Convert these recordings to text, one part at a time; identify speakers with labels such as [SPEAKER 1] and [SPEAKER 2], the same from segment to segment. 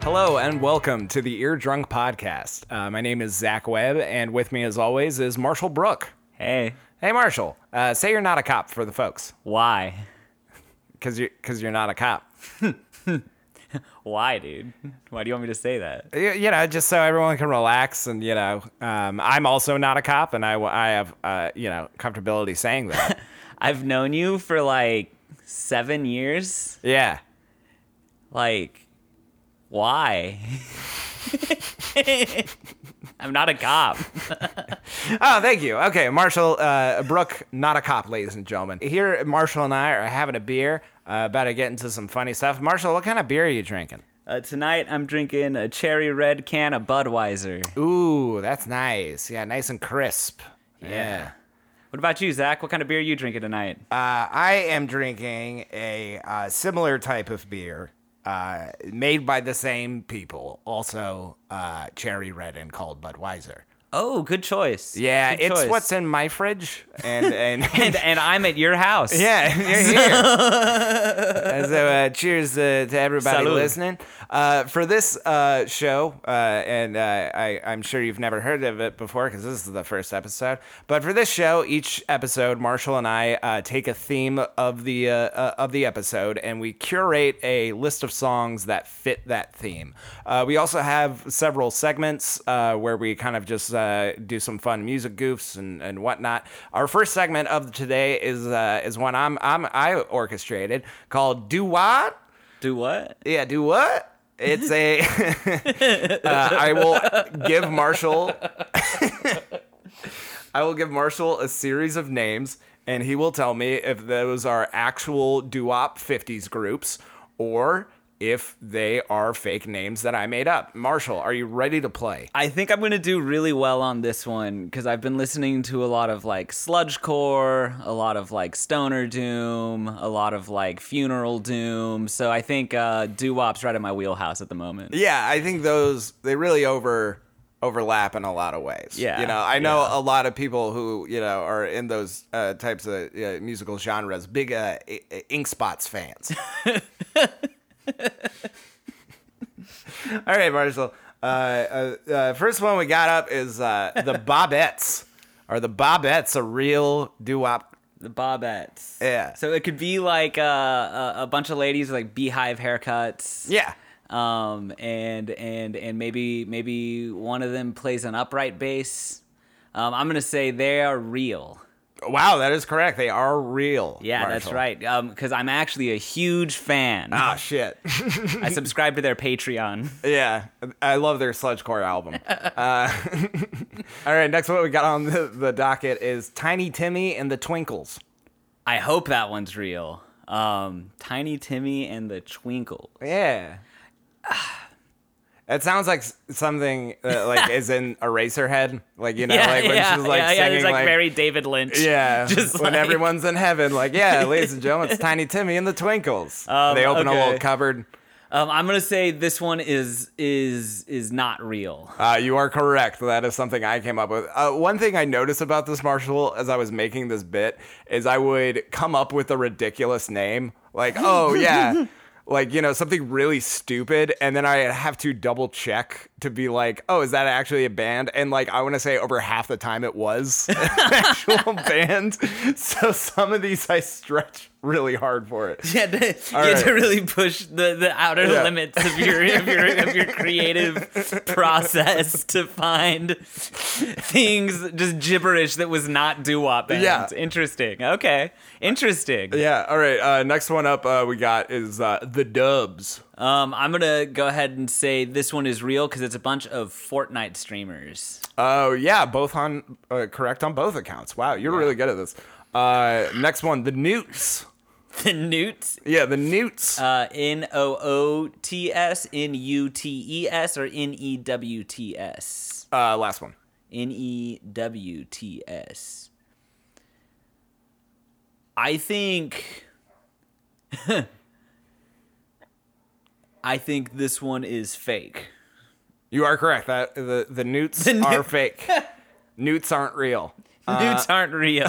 [SPEAKER 1] Hello and welcome to the Ear Drunk Podcast. Uh, my name is Zach Webb, and with me, as always, is Marshall Brook.
[SPEAKER 2] Hey,
[SPEAKER 1] Hey, Marshall, uh, say you're not a cop for the folks,
[SPEAKER 2] why?
[SPEAKER 1] because you're because you're not a cop.
[SPEAKER 2] Why, dude? Why do you want me to say that?
[SPEAKER 1] Y- You know, just so everyone can relax, and you know, um, I'm also not a cop, and I w- I have uh, you know comfortability saying that.
[SPEAKER 2] I've known you for like seven years.
[SPEAKER 1] yeah,
[SPEAKER 2] Like, why? I'm not a cop.
[SPEAKER 1] Oh, thank you. Okay, Marshall uh, Brooke, not a cop, ladies and gentlemen. Here, Marshall and I are having a beer, uh, about to get into some funny stuff. Marshall, what kind of beer are you drinking?
[SPEAKER 2] Uh, tonight, I'm drinking a cherry red can of Budweiser.
[SPEAKER 1] Ooh, that's nice. Yeah, nice and crisp. Yeah.
[SPEAKER 2] What about you, Zach? What kind of beer are you drinking tonight?
[SPEAKER 1] Uh, I am drinking a uh, similar type of beer uh, made by the same people, also uh, cherry red and called Budweiser.
[SPEAKER 2] oh, good choice.
[SPEAKER 1] Yeah,
[SPEAKER 2] Good
[SPEAKER 1] it's
[SPEAKER 2] choice.
[SPEAKER 1] what's in my fridge, and and
[SPEAKER 2] and, and I'm at your house.
[SPEAKER 1] Yeah, you're here. And so, uh, cheers uh, to everybody
[SPEAKER 2] Salud.
[SPEAKER 1] listening. Uh, for this uh, show, uh, and uh, I, I'm sure you've never heard of it before because this is the first episode. But for this show, each episode, Marshall and I uh, take a theme of the uh, uh, of the episode, and we curate a list of songs that fit that theme. Uh, we also have several segments uh, where we kind of just uh, do some fun music goofs and, and whatnot. Our first segment of today is uh, is one I'm I'm I orchestrated called "Do What."
[SPEAKER 2] Do what?
[SPEAKER 1] Yeah, do what? It's a. uh, I will give Marshall. I will give Marshall a series of names, and he will tell me if those are actual doo-wop '50s groups or if they are fake names that I made up. Marshall, are you ready to play?
[SPEAKER 2] I think I'm gonna do really well on this one because I've been listening to a lot of like sludgecore, a lot of like stoner doom, a lot of like funeral doom. So I think uh, doo wop's right in my wheelhouse at the moment.
[SPEAKER 1] Yeah, I think those they really over overlap in a lot of ways.
[SPEAKER 2] Yeah,
[SPEAKER 1] you know, I know a lot of people who you know are in those uh, types of uh, musical genres. Big uh, I- I- Ink Spots fans. All right, Marshall. Uh, uh, uh, first one we got up is uh, the Bobettes. Are the Bobettes a real doo-wop?
[SPEAKER 2] The Bobettes.
[SPEAKER 1] Yeah.
[SPEAKER 2] So it could be like uh, a, a bunch of ladies with like beehive haircuts.
[SPEAKER 1] Yeah.
[SPEAKER 2] um, and and and maybe maybe one of them plays an upright bass. Um, I'm gonna say they are real.
[SPEAKER 1] Wow, that is correct. They are real.
[SPEAKER 2] Yeah, that's
[SPEAKER 1] Marshall.
[SPEAKER 2] right. Because I'm actually a huge fan.
[SPEAKER 1] Ah, shit.
[SPEAKER 2] I subscribe to their Patreon.
[SPEAKER 1] Yeah, I love their sludgecore album. Uh, all right, next one we got on the, the docket is Tiny Timmy and the Twinkles.
[SPEAKER 2] I hope that one's real. Um, Tiny Timmy and the Twinkle.
[SPEAKER 1] Yeah, it sounds like s- something that, like is in Eraserhead, like you know, like when she's like
[SPEAKER 2] yeah,
[SPEAKER 1] singing
[SPEAKER 2] It's like,
[SPEAKER 1] like.
[SPEAKER 2] very David Lynch.
[SPEAKER 1] yeah,
[SPEAKER 2] Just
[SPEAKER 1] when
[SPEAKER 2] like-
[SPEAKER 1] everyone's in heaven, like, yeah, ladies and gentlemen, it's Tiny Timmy and the Twinkles.
[SPEAKER 2] Um,
[SPEAKER 1] they open a
[SPEAKER 2] okay.
[SPEAKER 1] little cupboard.
[SPEAKER 2] Um, I'm gonna say this one is is is not real.
[SPEAKER 1] Uh, you are correct. That is something I came up with. Uh, one thing I noticed about this Marshall as I was making this bit is I would come up with a ridiculous name, like, oh, yeah, like, you know, something really stupid. And then I have to double check to be like, oh, is that actually a band? And like, I want to say over half the time it was an actual band. So some of these I stretch really hard for it.
[SPEAKER 2] Yeah, the, you
[SPEAKER 1] All
[SPEAKER 2] had to
[SPEAKER 1] right.
[SPEAKER 2] really push the, the outer
[SPEAKER 1] Yeah.
[SPEAKER 2] limits of your, of your of your creative process to find things just gibberish that was not doo wop bands.
[SPEAKER 1] Yeah.
[SPEAKER 2] Interesting. Okay. Interesting.
[SPEAKER 1] Yeah. All right. Uh, next one up uh, we got is uh, The Dubs.
[SPEAKER 2] Um, I'm gonna go ahead and say this one is real because it's a bunch of Fortnite streamers.
[SPEAKER 1] Oh yeah, both on uh, correct on both accounts. Wow, you're really good at this. Uh, next one, the newts.
[SPEAKER 2] The Newts,
[SPEAKER 1] Yeah, the newts.
[SPEAKER 2] uh, N O O T S, N U T E S, or N E W T S.
[SPEAKER 1] Uh, last one.
[SPEAKER 2] N E W T S. I think. I think this one is fake.
[SPEAKER 1] You are correct. That the the newts
[SPEAKER 2] The newt-
[SPEAKER 1] are fake. newts aren't real. Uh,
[SPEAKER 2] Newts aren't real.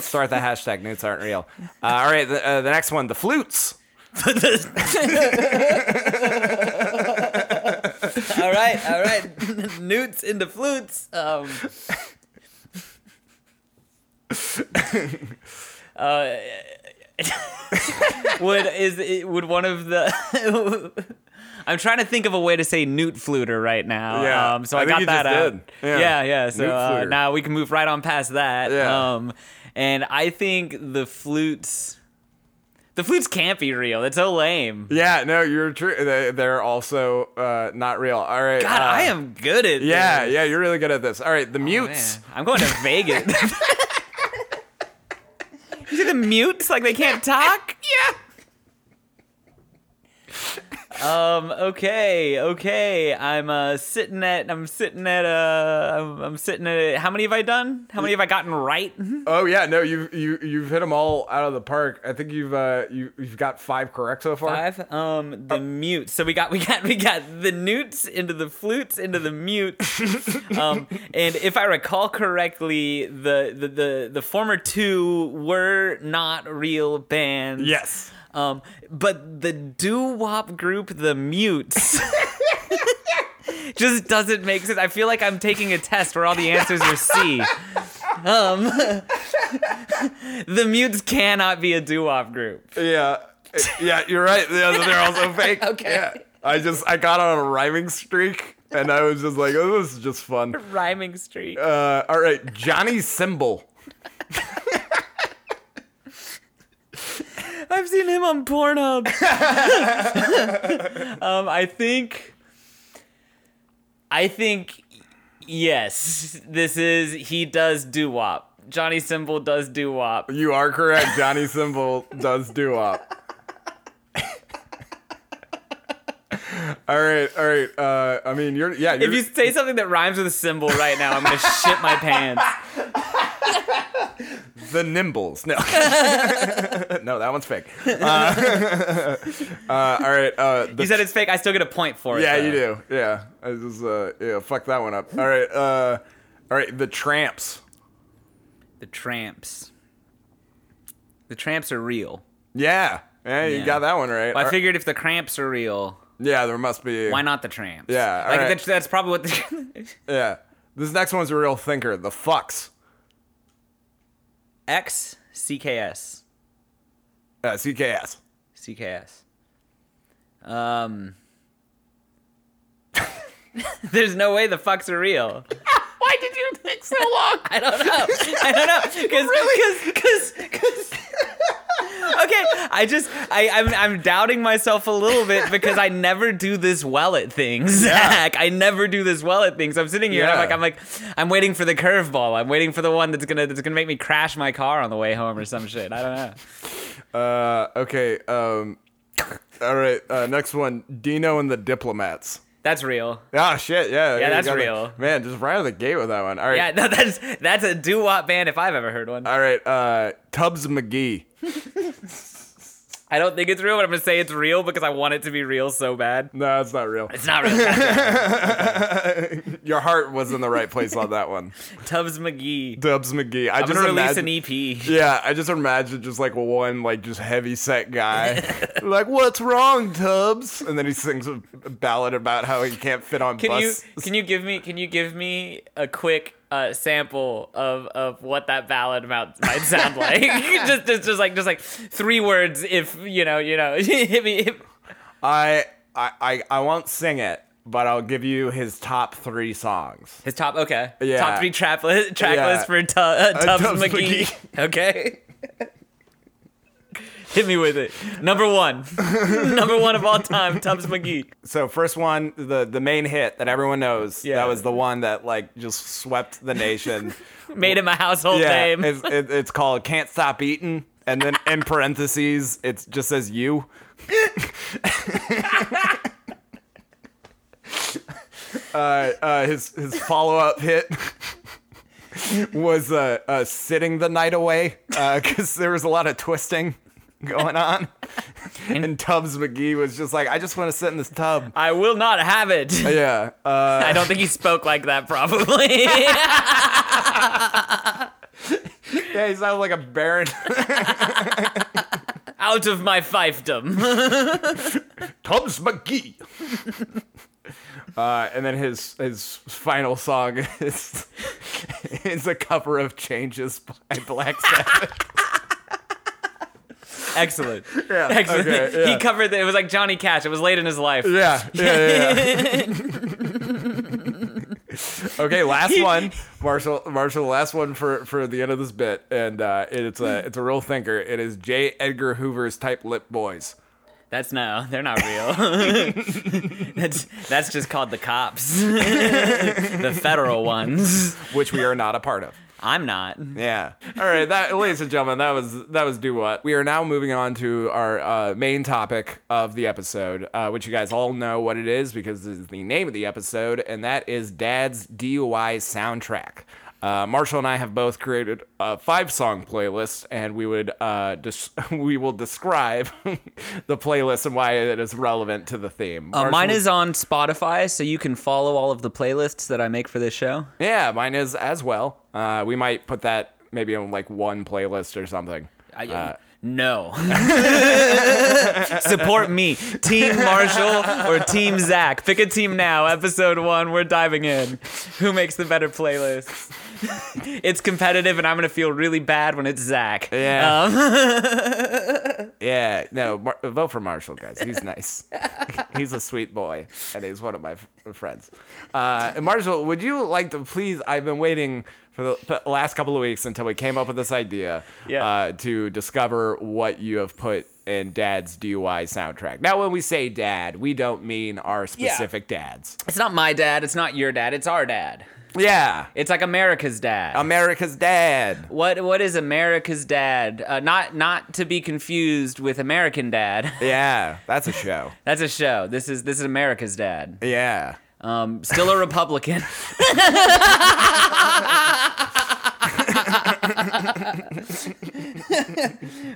[SPEAKER 1] Start the hashtag. Newts aren't real. Uh, all right. The, uh, the next one, the flutes.
[SPEAKER 2] all right, all right. Newts into flutes. Um, uh, would is it- would one of the? I'm trying to think of a way to say newt fluter right now.
[SPEAKER 1] Yeah,
[SPEAKER 2] Um, so
[SPEAKER 1] I
[SPEAKER 2] I,
[SPEAKER 1] think
[SPEAKER 2] got
[SPEAKER 1] you
[SPEAKER 2] that
[SPEAKER 1] just
[SPEAKER 2] out.
[SPEAKER 1] did.
[SPEAKER 2] Yeah,
[SPEAKER 1] Yeah.
[SPEAKER 2] yeah. So
[SPEAKER 1] Newt
[SPEAKER 2] uh,
[SPEAKER 1] fluter.
[SPEAKER 2] now we can move right on past that.
[SPEAKER 1] Yeah.
[SPEAKER 2] Um, and I think the flutes. The flutes can't be real. It's so lame.
[SPEAKER 1] Yeah, no, you're true. They, they're also uh, not real. All right.
[SPEAKER 2] God,
[SPEAKER 1] uh,
[SPEAKER 2] I am good at
[SPEAKER 1] Yeah,
[SPEAKER 2] this.
[SPEAKER 1] yeah, you're really good at this. Oh, All right, the mutes.
[SPEAKER 2] Man, I'm going to Vegas. you see the mutes? Like they can't talk? yeah. Um. Okay. Okay. I'm uh sitting at. I'm sitting at. Uh. I'm, I'm sitting at. How many have I done? How many have I gotten right?
[SPEAKER 1] Oh yeah, no, you've you you've hit them all out of the park. I think you've uh you you've got five correct so far.
[SPEAKER 2] Five. Um. The mutes. So we got. We got. We got the newts into the flutes into the mutes. um, and if I recall correctly, the, the the the former two were not real bands.
[SPEAKER 1] Yes.
[SPEAKER 2] Um, but the doo wop group, the Mutes. Just doesn't make sense. I feel like I'm taking a test where all the answers are C. Um, the Mutes cannot be a doo wop group.
[SPEAKER 1] Yeah. Eh, Yeah, you're right. Yeah, they're also fake.
[SPEAKER 2] Okay.
[SPEAKER 1] Yeah. I just I got on a rhyming streak and I was just like, oh, this is just fun.
[SPEAKER 2] Rhyming streak.
[SPEAKER 1] Uh, all right, Johnny Symbol.
[SPEAKER 2] I've seen him on Pornhub. um, I think. I think, yes, this is he does doo wop. Johnny Symbol does doo wop.
[SPEAKER 1] You are correct. Johnny Symbol does do up. all right, all right. Uh, I mean, you're yeah. You're,
[SPEAKER 2] If you say something that rhymes with a symbol right now, I'm gonna shit my pants.
[SPEAKER 1] the Nimbles. No, no, that one's fake. Uh, uh, all right. Uh, the
[SPEAKER 2] You said it's fake. I still get a point for it.
[SPEAKER 1] Yeah,
[SPEAKER 2] though.
[SPEAKER 1] you do. Yeah, I just uh, yeah, fuck that one up. All right, uh, all right, the tramps.
[SPEAKER 2] The tramps. The tramps are real.
[SPEAKER 1] Yeah, yeah, you
[SPEAKER 2] Yeah.
[SPEAKER 1] got that one right.
[SPEAKER 2] Well, I
[SPEAKER 1] All-
[SPEAKER 2] figured if the cramps are real,
[SPEAKER 1] yeah, there must be.
[SPEAKER 2] why not the tramps?
[SPEAKER 1] Yeah, all
[SPEAKER 2] like
[SPEAKER 1] right.
[SPEAKER 2] that's, that's probably what. The,
[SPEAKER 1] Yeah, this next one's a real thinker. The fucks.
[SPEAKER 2] X C K S
[SPEAKER 1] Uh, CKS.
[SPEAKER 2] C K S. Um. There's no way the fucks are real.
[SPEAKER 1] Why did you take so long?
[SPEAKER 2] I don't know. I don't know. Cause, really? Cause, cause, 'cause- okay. I just, I, I'm, I'm doubting myself a little bit because I never do this well at things, Zach. I never do this well at things. I'm sitting here and I'm
[SPEAKER 1] Yeah.
[SPEAKER 2] like, I'm like, I'm waiting for the curveball. I'm waiting for the one that's gonna, that's gonna make me crash my car on the way home or some shit. I don't know.
[SPEAKER 1] Uh, okay. Um, all right. Uh, next one. Dino and the diplomats.
[SPEAKER 2] That's real.
[SPEAKER 1] Ah, shit. Yeah. you
[SPEAKER 2] that's
[SPEAKER 1] got it.
[SPEAKER 2] real.
[SPEAKER 1] Man, just right out of the gate with that one. All right.
[SPEAKER 2] Yeah, no, that's that's a doo wop band if I've ever heard one.
[SPEAKER 1] All right. Uh, Tubbs McGee.
[SPEAKER 2] I don't think it's real, but I'm gonna say it's real because I want it to be real so bad.
[SPEAKER 1] No, it's not real.
[SPEAKER 2] It's not real.
[SPEAKER 1] Your heart was in the right place on that one.
[SPEAKER 2] Tubbs McGee.
[SPEAKER 1] Dubs McGee. I
[SPEAKER 2] I'm
[SPEAKER 1] just
[SPEAKER 2] gonna release
[SPEAKER 1] imagine,
[SPEAKER 2] an e- EP.
[SPEAKER 1] Yeah, I just imagine just like one like just heavy set guy, like what's wrong, Tubbs? And then he sings a ballad about how he can't fit on
[SPEAKER 2] Can you
[SPEAKER 1] bus.
[SPEAKER 2] can you give me can you give me a quick uh, sample of, of what that ballad might, might sound like? just, just just like just like three words if you know you know hit me. hit-
[SPEAKER 1] I, I I I won't sing it, but I'll give you his top three songs.
[SPEAKER 2] His top okay
[SPEAKER 1] Yeah.
[SPEAKER 2] top three track list, track
[SPEAKER 1] Yeah.
[SPEAKER 2] list for tu- uh, Tubbs,
[SPEAKER 1] Tubbs
[SPEAKER 2] McGee.
[SPEAKER 1] McGee.
[SPEAKER 2] Okay. Hit me with it. Number one, number one of all time, Tubbs McGee.
[SPEAKER 1] So first one, the the main hit that everyone knows.
[SPEAKER 2] Yeah.
[SPEAKER 1] That was the one that like just swept the nation.
[SPEAKER 2] Made him a household
[SPEAKER 1] yeah,
[SPEAKER 2] name.
[SPEAKER 1] it's it, it's called "Can't Stop Eating," and then in parentheses, it just says "you." uh, uh, his his follow up hit was uh, uh, "Sitting the Night Away" because there was a lot of twisting going on, and Tubbs McGee was just like, "I just want to sit in this tub."
[SPEAKER 2] I will not have it.
[SPEAKER 1] Yeah. Uh,
[SPEAKER 2] I don't think he spoke like that, probably.
[SPEAKER 1] yeah, he sounded like a baron.
[SPEAKER 2] Out of my fiefdom.
[SPEAKER 1] Tubbs McGee. Uh, and then his his final song is is a cover of "Changes" by Black Sabbath.
[SPEAKER 2] Excellent.
[SPEAKER 1] Yeah,
[SPEAKER 2] Excellent.
[SPEAKER 1] okay, yeah.
[SPEAKER 2] He covered it. It was like Johnny Cash. It was late in his life.
[SPEAKER 1] yeah, yeah, yeah. okay, last one, Marshall. Marshall, last one for for the end of this bit, and uh, it's a it's a real thinker. It is J. Edgar Hoover's "Type Lip Boys."
[SPEAKER 2] That's no, they're not real. that's that's just called the cops, the federal ones.
[SPEAKER 1] which we are not a part of.
[SPEAKER 2] I'm not.
[SPEAKER 1] Yeah. All right, that, ladies and gentlemen, that was that was do what. We are now moving on to our uh, main topic of the episode, uh, which you guys all know what it is because this is the name of the episode, and that is Dad's DUI soundtrack. Uh, Marshall and I have both created a five-song playlist, and we would uh, dis- we will describe the playlist and why it is relevant to the theme.
[SPEAKER 2] Uh,
[SPEAKER 1] Marshall-
[SPEAKER 2] mine is on Spotify, so you can follow all of the playlists that I make for this show.
[SPEAKER 1] yeah, mine is as well. Uh, we might put that maybe on like one playlist or something. Uh,
[SPEAKER 2] I, um, no. Support me, Team Marshall or Team Zach. Pick a team now. Episode one, we're diving in. Who makes the better playlist? it's competitive, and I'm gonna feel really bad when it's Zach.
[SPEAKER 1] Yeah.
[SPEAKER 2] Um,
[SPEAKER 1] Yeah, no, Mar- vote for Marshall, guys. He's nice. he's a sweet boy, and he's one of my f- friends. Uh, and Marshall, would you like to please? I've been waiting for the for the last couple of weeks until we came up with this idea
[SPEAKER 2] Yeah.
[SPEAKER 1] uh, to discover what you have put in Dad's DUI soundtrack. Now, when we say Dad, we don't mean our specific dads.
[SPEAKER 2] It's not my dad. It's not your dad. It's our dad.
[SPEAKER 1] Yeah,
[SPEAKER 2] It's like America's dad.
[SPEAKER 1] America's Dad.
[SPEAKER 2] what what is America's dad? Uh, not not to be confused with American Dad.
[SPEAKER 1] Yeah, that's a show.
[SPEAKER 2] That's a show. This is this is America's dad.
[SPEAKER 1] Yeah.
[SPEAKER 2] Um, still a Republican.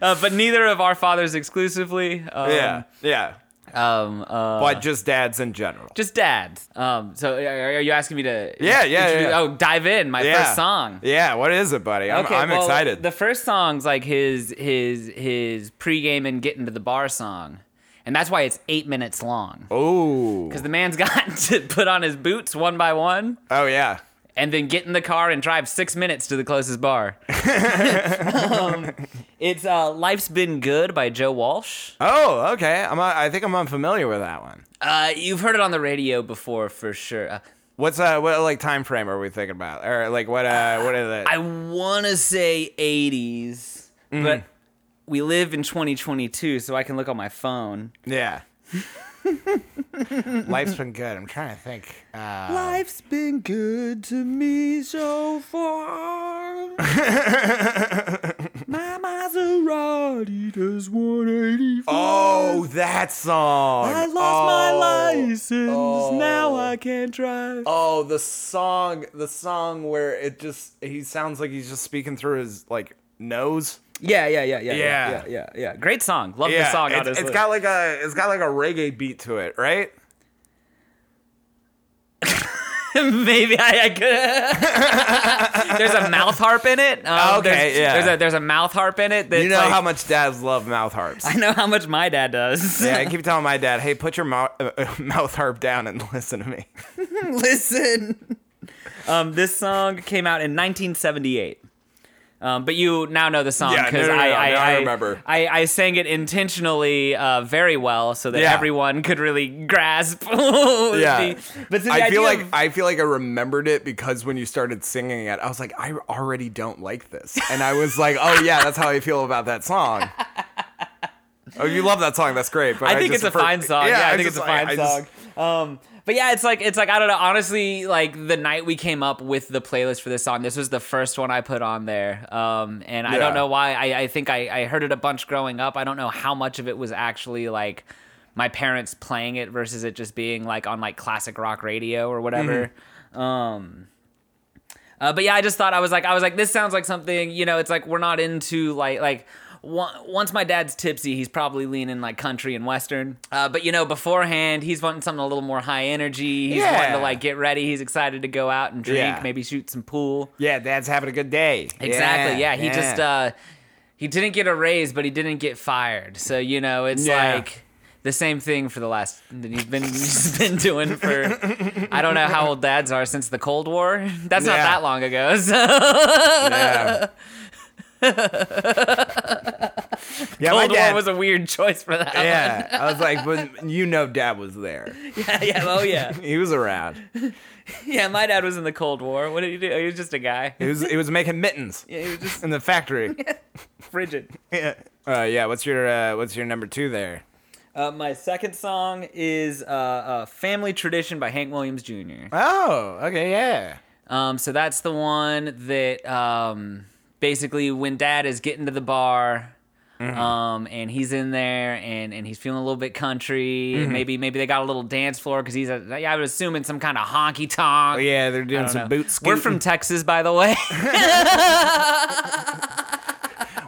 [SPEAKER 2] uh, but neither of our fathers exclusively. Um,
[SPEAKER 1] Yeah, yeah.
[SPEAKER 2] Um, uh,
[SPEAKER 1] But just dads in general.
[SPEAKER 2] just dads. Um, so are, are you asking me to?
[SPEAKER 1] Yeah, yeah,
[SPEAKER 2] introduce-
[SPEAKER 1] yeah.
[SPEAKER 2] Oh, dive in. My first song.
[SPEAKER 1] Yeah, what is it, buddy? I'm, I'm
[SPEAKER 2] well,
[SPEAKER 1] excited.
[SPEAKER 2] The first song's like his his his pregame and getting to the bar song, and that's why it's eight minutes long.
[SPEAKER 1] oh,
[SPEAKER 2] Because the man's got to put on his boots one by one,
[SPEAKER 1] oh yeah,
[SPEAKER 2] and then get in the car and drive six minutes to the closest bar. Um, it's uh, "Life's Been Good" by Joe Walsh.
[SPEAKER 1] oh okay. I'm uh, I think I'm unfamiliar with that one.
[SPEAKER 2] Uh, you've heard it on the radio before for sure. Uh,
[SPEAKER 1] What's uh what like time frame are we thinking about, or like what uh what are the
[SPEAKER 2] I want to say 80s, but we live in 2022, so I can look on my phone.
[SPEAKER 1] yeah. Life's been good. I'm trying to think. Uh,
[SPEAKER 2] Life's been good to me so far. My Maserati does 185.
[SPEAKER 1] oh, that song.
[SPEAKER 2] I lost
[SPEAKER 1] Oh.
[SPEAKER 2] my license. Now
[SPEAKER 1] Oh.
[SPEAKER 2] I can't drive.
[SPEAKER 1] Oh, the song, the song where it just he sounds like he's just speaking through his like nose.
[SPEAKER 2] Yeah, yeah, yeah, yeah,
[SPEAKER 1] Yeah.
[SPEAKER 2] yeah, yeah, yeah. Great song. Love the song.
[SPEAKER 1] it's-
[SPEAKER 2] honestly.
[SPEAKER 1] it's got like a it's got like a reggae beat to it, right?
[SPEAKER 2] Maybe I, I could. there's a mouth harp in it. Um,
[SPEAKER 1] Okay,
[SPEAKER 2] there's,
[SPEAKER 1] yeah.
[SPEAKER 2] There's a, there's a mouth harp in it. That
[SPEAKER 1] You know how much dads love mouth harps.
[SPEAKER 2] I know how much my dad does.
[SPEAKER 1] yeah, I keep telling my dad, "Hey, put your mouth, uh, uh, mouth harp down and listen to me."
[SPEAKER 2] Listen. Um, this song came out in 1978. Um, but you now know the song
[SPEAKER 1] Yeah, no,
[SPEAKER 2] because
[SPEAKER 1] no, no,
[SPEAKER 2] I,
[SPEAKER 1] no,
[SPEAKER 2] I,
[SPEAKER 1] now I
[SPEAKER 2] I
[SPEAKER 1] remember.
[SPEAKER 2] I, I sang it intentionally uh, very well so that
[SPEAKER 1] Yeah.
[SPEAKER 2] everyone could really grasp. yeah, but so the
[SPEAKER 1] I feel
[SPEAKER 2] idea
[SPEAKER 1] like
[SPEAKER 2] of-
[SPEAKER 1] I feel like I remembered it because when you started singing it, I was like, "I already don't like this," and I was like, "Oh yeah, that's how I feel about that song." Oh, you love that song. That's great. But
[SPEAKER 2] I think
[SPEAKER 1] just
[SPEAKER 2] it's a
[SPEAKER 1] prefer-
[SPEAKER 2] fine song. Yeah,
[SPEAKER 1] was
[SPEAKER 2] I, think
[SPEAKER 1] just
[SPEAKER 2] it's a
[SPEAKER 1] like-
[SPEAKER 2] fine
[SPEAKER 1] I just-
[SPEAKER 2] song. Um, but yeah, it's like it's like I don't know. Honestly, like the night we came up with the playlist for this song, this was the first one I put on there. Um, and I
[SPEAKER 1] Yeah.
[SPEAKER 2] don't know why. I, I think I, I heard it a bunch growing up. I don't know how much of it was actually like my parents playing it versus it just being like on like classic rock radio or
[SPEAKER 1] Mm-hmm.
[SPEAKER 2] whatever. Um, uh, but yeah, I just thought I was like, I was like, this sounds like something, you know, it's like we're not into like like. on- Once my dad's tipsy, he's probably leaning like country and western. Uh, but you know, beforehand, he's wanting something a little more high energy. He's wanting
[SPEAKER 1] Yeah.
[SPEAKER 2] to like get ready. He's excited to go out and drink,
[SPEAKER 1] Yeah.
[SPEAKER 2] maybe shoot some pool.
[SPEAKER 1] yeah, dad's having a good day.
[SPEAKER 2] Exactly. Yeah. He just uh, he didn't get a raise, but he didn't get fired. So you know, it's
[SPEAKER 1] Yeah.
[SPEAKER 2] like the same thing for the last that he's been he's been doing for I don't know how old dads are since the Cold War. That's not
[SPEAKER 1] Yeah.
[SPEAKER 2] that long ago. So uh,
[SPEAKER 1] Yeah. yeah, my
[SPEAKER 2] Cold War
[SPEAKER 1] dad.
[SPEAKER 2] Oh, was a weird choice for that.
[SPEAKER 1] yeah, I was like, but you know, dad was there.
[SPEAKER 2] yeah, yeah, oh yeah,
[SPEAKER 1] He was around.
[SPEAKER 2] yeah. My dad was in the Cold War. What did he do? He was just a guy.
[SPEAKER 1] He was he was making mittens
[SPEAKER 2] Yeah, he was just
[SPEAKER 1] in the factory.
[SPEAKER 2] frigid.
[SPEAKER 1] Yeah. Uh, yeah. What's your uh, What's your number two there?
[SPEAKER 2] Uh, my second song is uh, uh, "Family Tradition" by Hank Williams Jr.
[SPEAKER 1] Oh, okay, yeah.
[SPEAKER 2] Um, so that's the one that um, basically when dad is getting to the bar. Um, and he's in there and, and he's feeling a little bit country. and Maybe maybe they got a little dance floor because he's, a, I would assume, in some kind of honky tonk.
[SPEAKER 1] Oh, Yeah, they're doing
[SPEAKER 2] I don't
[SPEAKER 1] some
[SPEAKER 2] know.
[SPEAKER 1] boot
[SPEAKER 2] We're
[SPEAKER 1] scooting.
[SPEAKER 2] from Texas, by the way.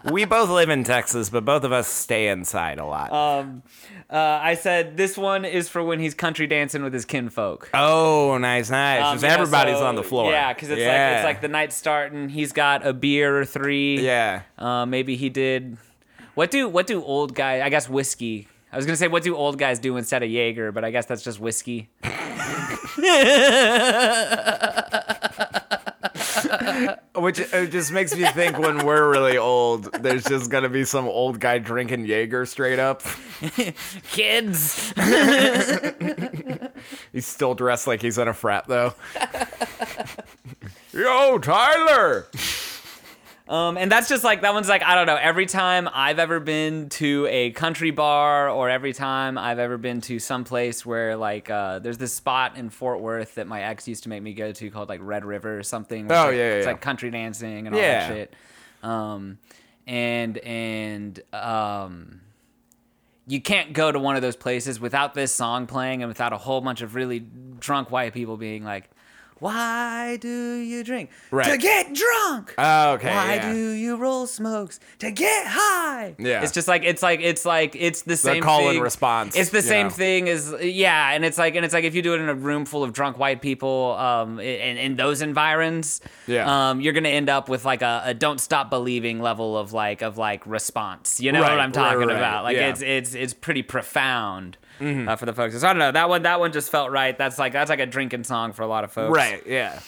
[SPEAKER 1] we both live in Texas, but both of us stay inside a lot.
[SPEAKER 2] um, uh, I said this one is for when he's country dancing with his kinfolk.
[SPEAKER 1] oh, nice, nice.
[SPEAKER 2] Um,
[SPEAKER 1] Just
[SPEAKER 2] you know,
[SPEAKER 1] everybody's
[SPEAKER 2] so-
[SPEAKER 1] on the floor.
[SPEAKER 2] Yeah, because it's like
[SPEAKER 1] Yeah.
[SPEAKER 2] it's like the night's starting. He's got a beer or three.
[SPEAKER 1] yeah.
[SPEAKER 2] Uh, maybe he did. What do what do old guys? I guess whiskey. I was gonna say what do old guys do instead of Jaeger, but I guess that's just whiskey.
[SPEAKER 1] Which it just makes me think when we're really old, there's just gonna be some old guy drinking Jaeger straight up.
[SPEAKER 2] Kids.
[SPEAKER 1] He's still dressed like he's in a frat though. Yo, Tyler.
[SPEAKER 2] Um, and that's just like that one's like I don't know. Every time I've ever been to a country bar, or every time I've ever been to some place where like uh, there's this spot in Fort Worth that my ex used to make me go to called like Red River or something. where it's
[SPEAKER 1] Oh,
[SPEAKER 2] like-
[SPEAKER 1] yeah, yeah,
[SPEAKER 2] it's
[SPEAKER 1] yeah.
[SPEAKER 2] like country dancing and all
[SPEAKER 1] Yeah.
[SPEAKER 2] that shit. Um, and and um, you can't go to one of those places without this song playing and without a whole bunch of really drunk white people being like. Why do you drink?
[SPEAKER 1] Right.
[SPEAKER 2] To get drunk.
[SPEAKER 1] Oh, okay.
[SPEAKER 2] Why
[SPEAKER 1] yeah.
[SPEAKER 2] do you roll smokes to get high?
[SPEAKER 1] Yeah.
[SPEAKER 2] it's just like it's like it's like it's the same
[SPEAKER 1] call and
[SPEAKER 2] thing.
[SPEAKER 1] response,
[SPEAKER 2] It's the
[SPEAKER 1] you
[SPEAKER 2] same
[SPEAKER 1] know.
[SPEAKER 2] thing as yeah, and it's like and it's like if you do it in a room full of drunk white people, um, in, in those environs,
[SPEAKER 1] Yeah.
[SPEAKER 2] um, you're gonna end up with like a, a don't stop believing level of like of like response. You know
[SPEAKER 1] Right,
[SPEAKER 2] what I'm
[SPEAKER 1] right,
[SPEAKER 2] talking
[SPEAKER 1] right,
[SPEAKER 2] about? Like
[SPEAKER 1] yeah. Mm-hmm.
[SPEAKER 2] it's it's it's pretty profound. Uh, for the folks, so I don't know that one. That one just felt right. That's like that's like a drinking song for a lot of folks.
[SPEAKER 1] Right, yeah.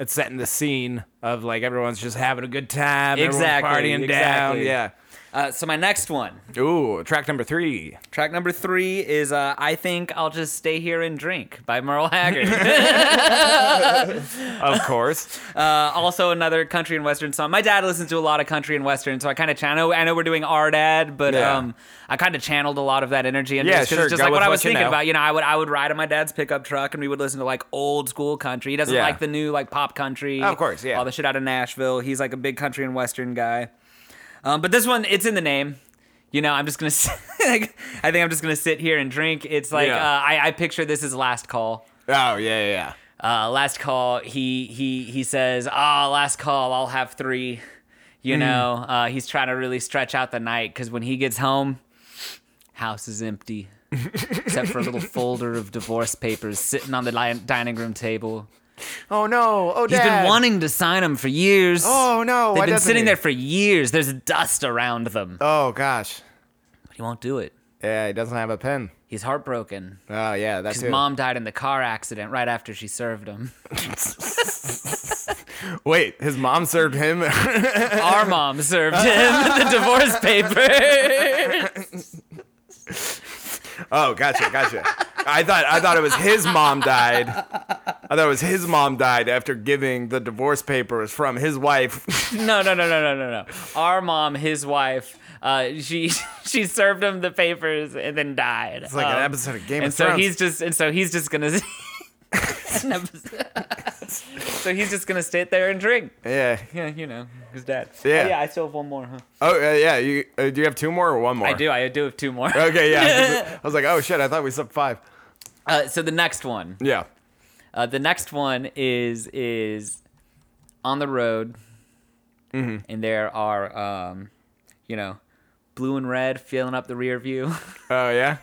[SPEAKER 1] It's setting the scene of like everyone's just having a good time, everyone's
[SPEAKER 2] Exactly,
[SPEAKER 1] partying down.
[SPEAKER 2] exactly.
[SPEAKER 1] Yeah.
[SPEAKER 2] Uh, so my next one,
[SPEAKER 1] Ooh, track number three.
[SPEAKER 2] Track number three is uh, I Think I'll Just Stay Here and Drink by Merle Haggard.
[SPEAKER 1] Of course.
[SPEAKER 2] uh, also another country and western song. My dad listens to a lot of country and western, so I kind of channel. I know we're doing our dad, but
[SPEAKER 1] Yeah.
[SPEAKER 2] um, I kind of channeled a lot of that energy into
[SPEAKER 1] Yeah,
[SPEAKER 2] this 'cause
[SPEAKER 1] sure,
[SPEAKER 2] it's just
[SPEAKER 1] go
[SPEAKER 2] like
[SPEAKER 1] with
[SPEAKER 2] what I
[SPEAKER 1] what
[SPEAKER 2] was
[SPEAKER 1] you
[SPEAKER 2] thinking
[SPEAKER 1] know.
[SPEAKER 2] about. You know, I would I would ride in my dad's pickup truck and we would listen to like old school country. He doesn't
[SPEAKER 1] Yeah. Oh,
[SPEAKER 2] like the new like pop country.
[SPEAKER 1] Of course, yeah.
[SPEAKER 2] All the shit out of Nashville. He's like a big country and western guy. Um, but this one, it's in the name. You know, I'm just gonna. Sit, I think I'm just gonna sit here and drink. It's like
[SPEAKER 1] Yeah.
[SPEAKER 2] uh, I, I picture this as last call.
[SPEAKER 1] oh, yeah, yeah, yeah.
[SPEAKER 2] Uh, last call. He he he says, "Ah, last call. I'll have three.
[SPEAKER 1] Hmm.
[SPEAKER 2] You know, uh, he's trying to really stretch out the night because when he gets home, house is empty except for a little folder of divorce papers sitting on the li- dining room table.
[SPEAKER 1] Oh, no. Oh,
[SPEAKER 2] He's been wanting to sign them for years.
[SPEAKER 1] Oh, no,
[SPEAKER 2] They've
[SPEAKER 1] why
[SPEAKER 2] been
[SPEAKER 1] doesn't
[SPEAKER 2] sitting
[SPEAKER 1] he?
[SPEAKER 2] there for years. There's dust around them.
[SPEAKER 1] Oh, gosh.
[SPEAKER 2] But he won't do it.
[SPEAKER 1] Yeah, he doesn't have a pen.
[SPEAKER 2] He's heartbroken.
[SPEAKER 1] Oh, yeah, that's
[SPEAKER 2] His mom died in the car accident right after she served him.
[SPEAKER 1] Wait, his mom served him.
[SPEAKER 2] Our mom served him the divorce papers.
[SPEAKER 1] oh, gotcha, gotcha. I thought I thought it was his mom died. I thought it was his mom died after giving the divorce papers from his wife.
[SPEAKER 2] No, no, no, no, no, no, no. Our mom, his wife, uh, she she served him the papers and then died. It's
[SPEAKER 1] like an episode of Game
[SPEAKER 2] and
[SPEAKER 1] of
[SPEAKER 2] so
[SPEAKER 1] Thrones.
[SPEAKER 2] he's just and so he's just gonna. An episode. so he's just gonna sit there and drink.
[SPEAKER 1] yeah.
[SPEAKER 2] Yeah, you know, his dad.
[SPEAKER 1] Yeah.
[SPEAKER 2] Oh, yeah, I still have one more, huh?
[SPEAKER 1] Oh, uh, yeah. You uh, do you have two more or one more?
[SPEAKER 2] I do. I do have two more.
[SPEAKER 1] Okay, yeah. I was like, oh shit, I thought we sub five.
[SPEAKER 2] Uh, so the next one.
[SPEAKER 1] Yeah.
[SPEAKER 2] Uh, the next one is is on the road,
[SPEAKER 1] Mm-hmm.
[SPEAKER 2] and there are um, you know, blue and red filling up the rear view,
[SPEAKER 1] Oh yeah.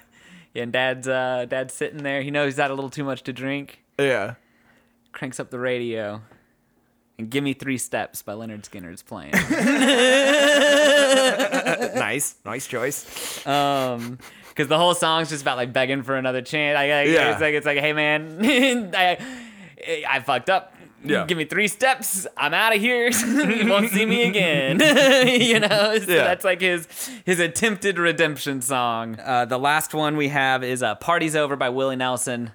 [SPEAKER 2] and dad's uh, dad's sitting there. He knows he's had a little too much to drink.
[SPEAKER 1] Yeah.
[SPEAKER 2] Cranks up the radio, and "Give Me Three Steps" by Leonard Skinner is playing.
[SPEAKER 1] nice, nice choice.
[SPEAKER 2] um, because the whole song's just about like begging for another chance. Like, like,
[SPEAKER 1] Yeah.
[SPEAKER 2] It's like it's like, hey man, I, I fucked up.
[SPEAKER 1] Yeah.
[SPEAKER 2] Give me three steps. I'm out of here. you won't see me again. you know. So
[SPEAKER 1] Yeah.
[SPEAKER 2] That's like his his attempted redemption song. Uh, the last one we have is uh, "Party's Over" by Willie Nelson.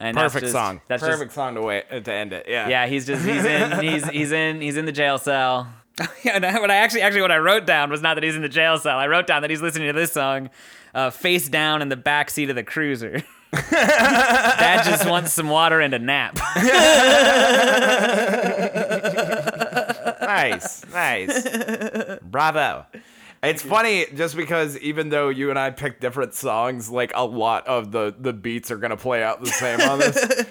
[SPEAKER 2] And that's
[SPEAKER 1] Perfect
[SPEAKER 2] just-
[SPEAKER 1] song.
[SPEAKER 2] That's just-
[SPEAKER 1] perfect song to wait uh, to end it. Yeah.
[SPEAKER 2] yeah, he's just he's in he's he's in he's in the jail cell. yeah, no, what I actually actually what I wrote down was not that he's in the jail cell. I wrote down that he's listening to this song, uh, face down in the back seat of the cruiser. Dad just wants some water and a nap.
[SPEAKER 1] nice, nice. Bravo. It's funny just because even though you and I picked different songs, like a lot of the the beats are gonna play out the same on this.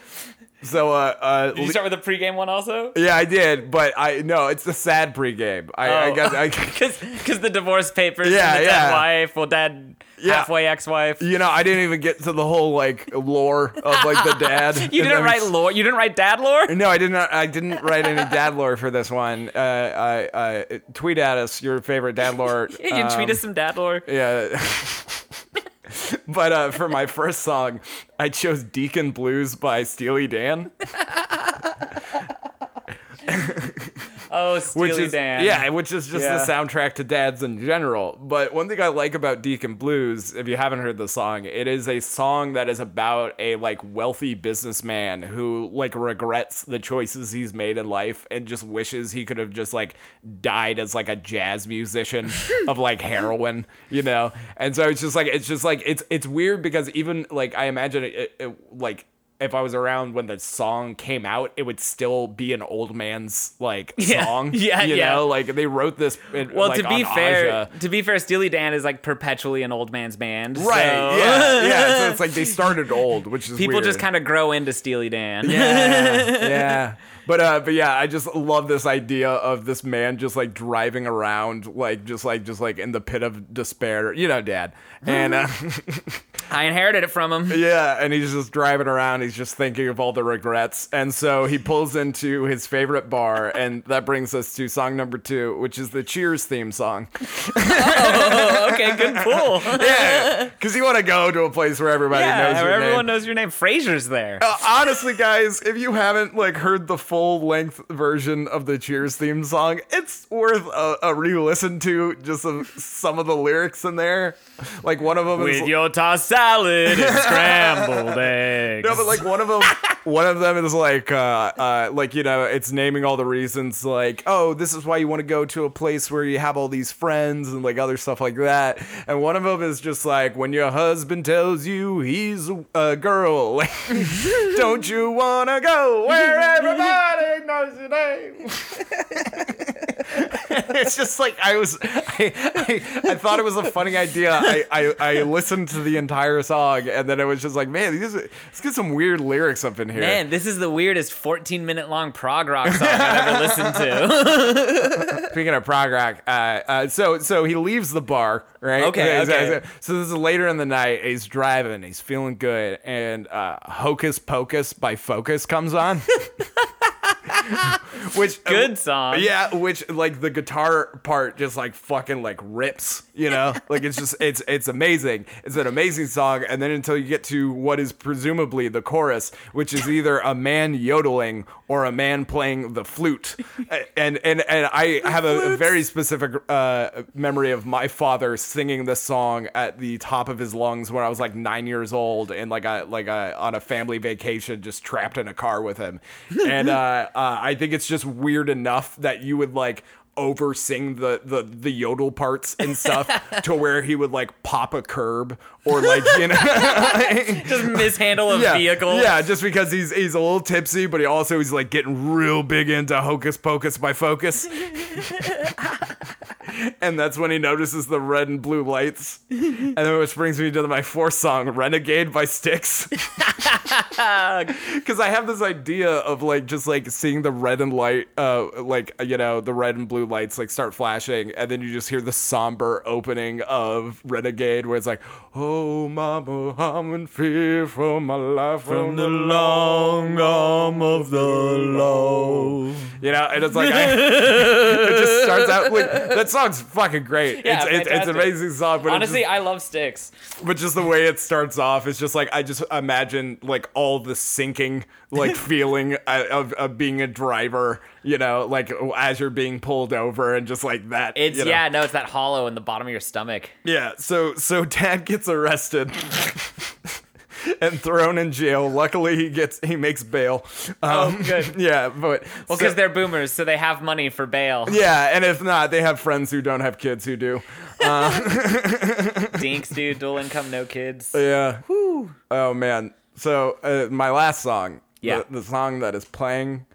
[SPEAKER 1] So, uh, uh
[SPEAKER 2] Did you start with a pregame one also?
[SPEAKER 1] yeah, I did, but I no, it's the sad pregame. I, I
[SPEAKER 2] Oh.
[SPEAKER 1] guess I,
[SPEAKER 2] Because the divorce papers,
[SPEAKER 1] Yeah,
[SPEAKER 2] and the
[SPEAKER 1] yeah.
[SPEAKER 2] dead wife, well, dad
[SPEAKER 1] Yeah.
[SPEAKER 2] halfway ex-wife.
[SPEAKER 1] you know, I didn't even get to the whole like lore of like the dad.
[SPEAKER 2] You
[SPEAKER 1] and
[SPEAKER 2] didn't
[SPEAKER 1] them-
[SPEAKER 2] write lore. You didn't write dad lore.
[SPEAKER 1] No, I didn't. I didn't write any dad lore for this one. Uh, I, uh, tweet at us your favorite dad lore.
[SPEAKER 2] You can tweet
[SPEAKER 1] um,
[SPEAKER 2] us some dad lore.
[SPEAKER 1] Yeah. but uh, for my first song, I chose Deacon Blues by Steely Dan,
[SPEAKER 2] Oh, Steely
[SPEAKER 1] which is
[SPEAKER 2] Dan.
[SPEAKER 1] yeah, which is just
[SPEAKER 2] Yeah.
[SPEAKER 1] the soundtrack to dads in general. But one thing I like about Deacon Blues, if you haven't heard the song, it is a song that is about a like wealthy businessman who like regrets the choices he's made in life and just wishes he could have just like died as like a jazz musician of like heroin, you know. And so it's just like it's just like it's it's weird because even like I imagine it, it, it like if I was around when the song came out, it would still be an old man's like
[SPEAKER 2] Yeah.
[SPEAKER 1] song.
[SPEAKER 2] Yeah,
[SPEAKER 1] you
[SPEAKER 2] yeah.
[SPEAKER 1] know, like they wrote this. in-
[SPEAKER 2] Well,
[SPEAKER 1] like,
[SPEAKER 2] to be
[SPEAKER 1] on
[SPEAKER 2] fair,
[SPEAKER 1] Aja.
[SPEAKER 2] to be fair, Steely Dan is like perpetually an old man's band.
[SPEAKER 1] right?
[SPEAKER 2] so-
[SPEAKER 1] Yeah, yeah. So it's like they started old, which is
[SPEAKER 2] People just
[SPEAKER 1] weird.
[SPEAKER 2] kind of grow into Steely Dan.
[SPEAKER 1] yeah, yeah. But uh, but yeah, I just love this idea of this man just like driving around, like just like just like in the pit of despair, you know, Dad. And uh,
[SPEAKER 2] I inherited it from him.
[SPEAKER 1] yeah, and he's just driving around. He's just thinking of all the regrets, and so he pulls into his favorite bar, and that brings us to song number two, which is the Cheers theme song.
[SPEAKER 2] Oh, okay, good pull.
[SPEAKER 1] Yeah, because you want to go to a place where everybody
[SPEAKER 2] yeah,
[SPEAKER 1] knows your name.
[SPEAKER 2] everyone knows your name. Frasier's there.
[SPEAKER 1] Uh, honestly, guys, if you haven't like heard the full length version of the Cheers theme song, it's worth a, a re-listen to. Just of some of the lyrics in there, like one of them is
[SPEAKER 2] With your tossed salad and scrambled eggs.
[SPEAKER 1] No, but like one of them, one of them is like, uh, uh, like you know, it's naming all the reasons, like, oh, this is why you want to go to a place where you have all these friends and like other stuff like that. And one of them is just like, when your husband tells you he's a girl, like, don't you wanna go where everybody knows your name? it's just like I was, I, I, I thought it was a funny idea. I, I, I listened to the entire song, and then I was just like, man, these, are- let's get some weird lyrics up in here.
[SPEAKER 2] Man, this is the weirdest 14 minute long prog rock song I've ever listened to.
[SPEAKER 1] Speaking of prog rock, uh, uh, so so he leaves the bar, right?
[SPEAKER 2] Okay,
[SPEAKER 1] So-
[SPEAKER 2] okay.
[SPEAKER 1] So, this is later in the night. He's driving. He's feeling good, and uh, "Hocus Pocus" by Focus comes on. Which uh,
[SPEAKER 2] Good song.
[SPEAKER 1] yeah. Which like the guitar part just like fucking like rips, you know? like it's just it's it's amazing. It's an amazing song, and then until you get to what is presumably the chorus, which is either a man yodeling or a man playing the flute, and and and I have a very specific uh, memory of my father singing this song at the top of his lungs when I was like nine years old, and like a like a on a family vacation, just trapped in a car with him, and uh, uh, I think it's just weird enough that you would like over sing the, the the yodel parts and stuff to where he would like pop a curb or like you know
[SPEAKER 2] Just mishandle of
[SPEAKER 1] yeah,
[SPEAKER 2] vehicle.
[SPEAKER 1] Yeah, just because he's he's a little tipsy, but he also he's like getting real big into Hocus Pocus by Focus. and that's when he notices the red and blue lights. And then which brings me to my fourth song, Renegade by Styx. Because I have this idea of like just like seeing the red and light, uh, like you know the red and blue lights like start flashing, and then you just hear the somber opening of Renegade, where it's like, "Oh, mama, I'm in fear for my life from the long arm of the law." You know, and it's like I, it just starts out. Like, that song's fucking great.
[SPEAKER 3] Yeah,
[SPEAKER 1] it's, it's, it's an
[SPEAKER 3] fantastic.
[SPEAKER 1] amazing song, but it
[SPEAKER 3] Honestly,
[SPEAKER 1] just,
[SPEAKER 3] I love sticks.
[SPEAKER 1] but just the way it starts off is just like I just imagine like all the sinking like feeling uh, of of being a driver. You know, like as you're being pulled over and just like that.
[SPEAKER 3] It's
[SPEAKER 1] you know?
[SPEAKER 3] yeah, no, it's that hollow in the bottom of your stomach.
[SPEAKER 1] Yeah, so so dad gets arrested and thrown in jail. Luckily he gets he makes bail. Um,
[SPEAKER 3] Oh, good.
[SPEAKER 1] Yeah, but
[SPEAKER 3] Well, because they're boomers, so they have money for bail.
[SPEAKER 1] yeah, and if not, they have friends who don't have kids who do.
[SPEAKER 3] Dinks, dude, dual income, no kids.
[SPEAKER 1] Yeah. Oh man. So uh, my last song,
[SPEAKER 3] Yeah.
[SPEAKER 1] the, the song that is playing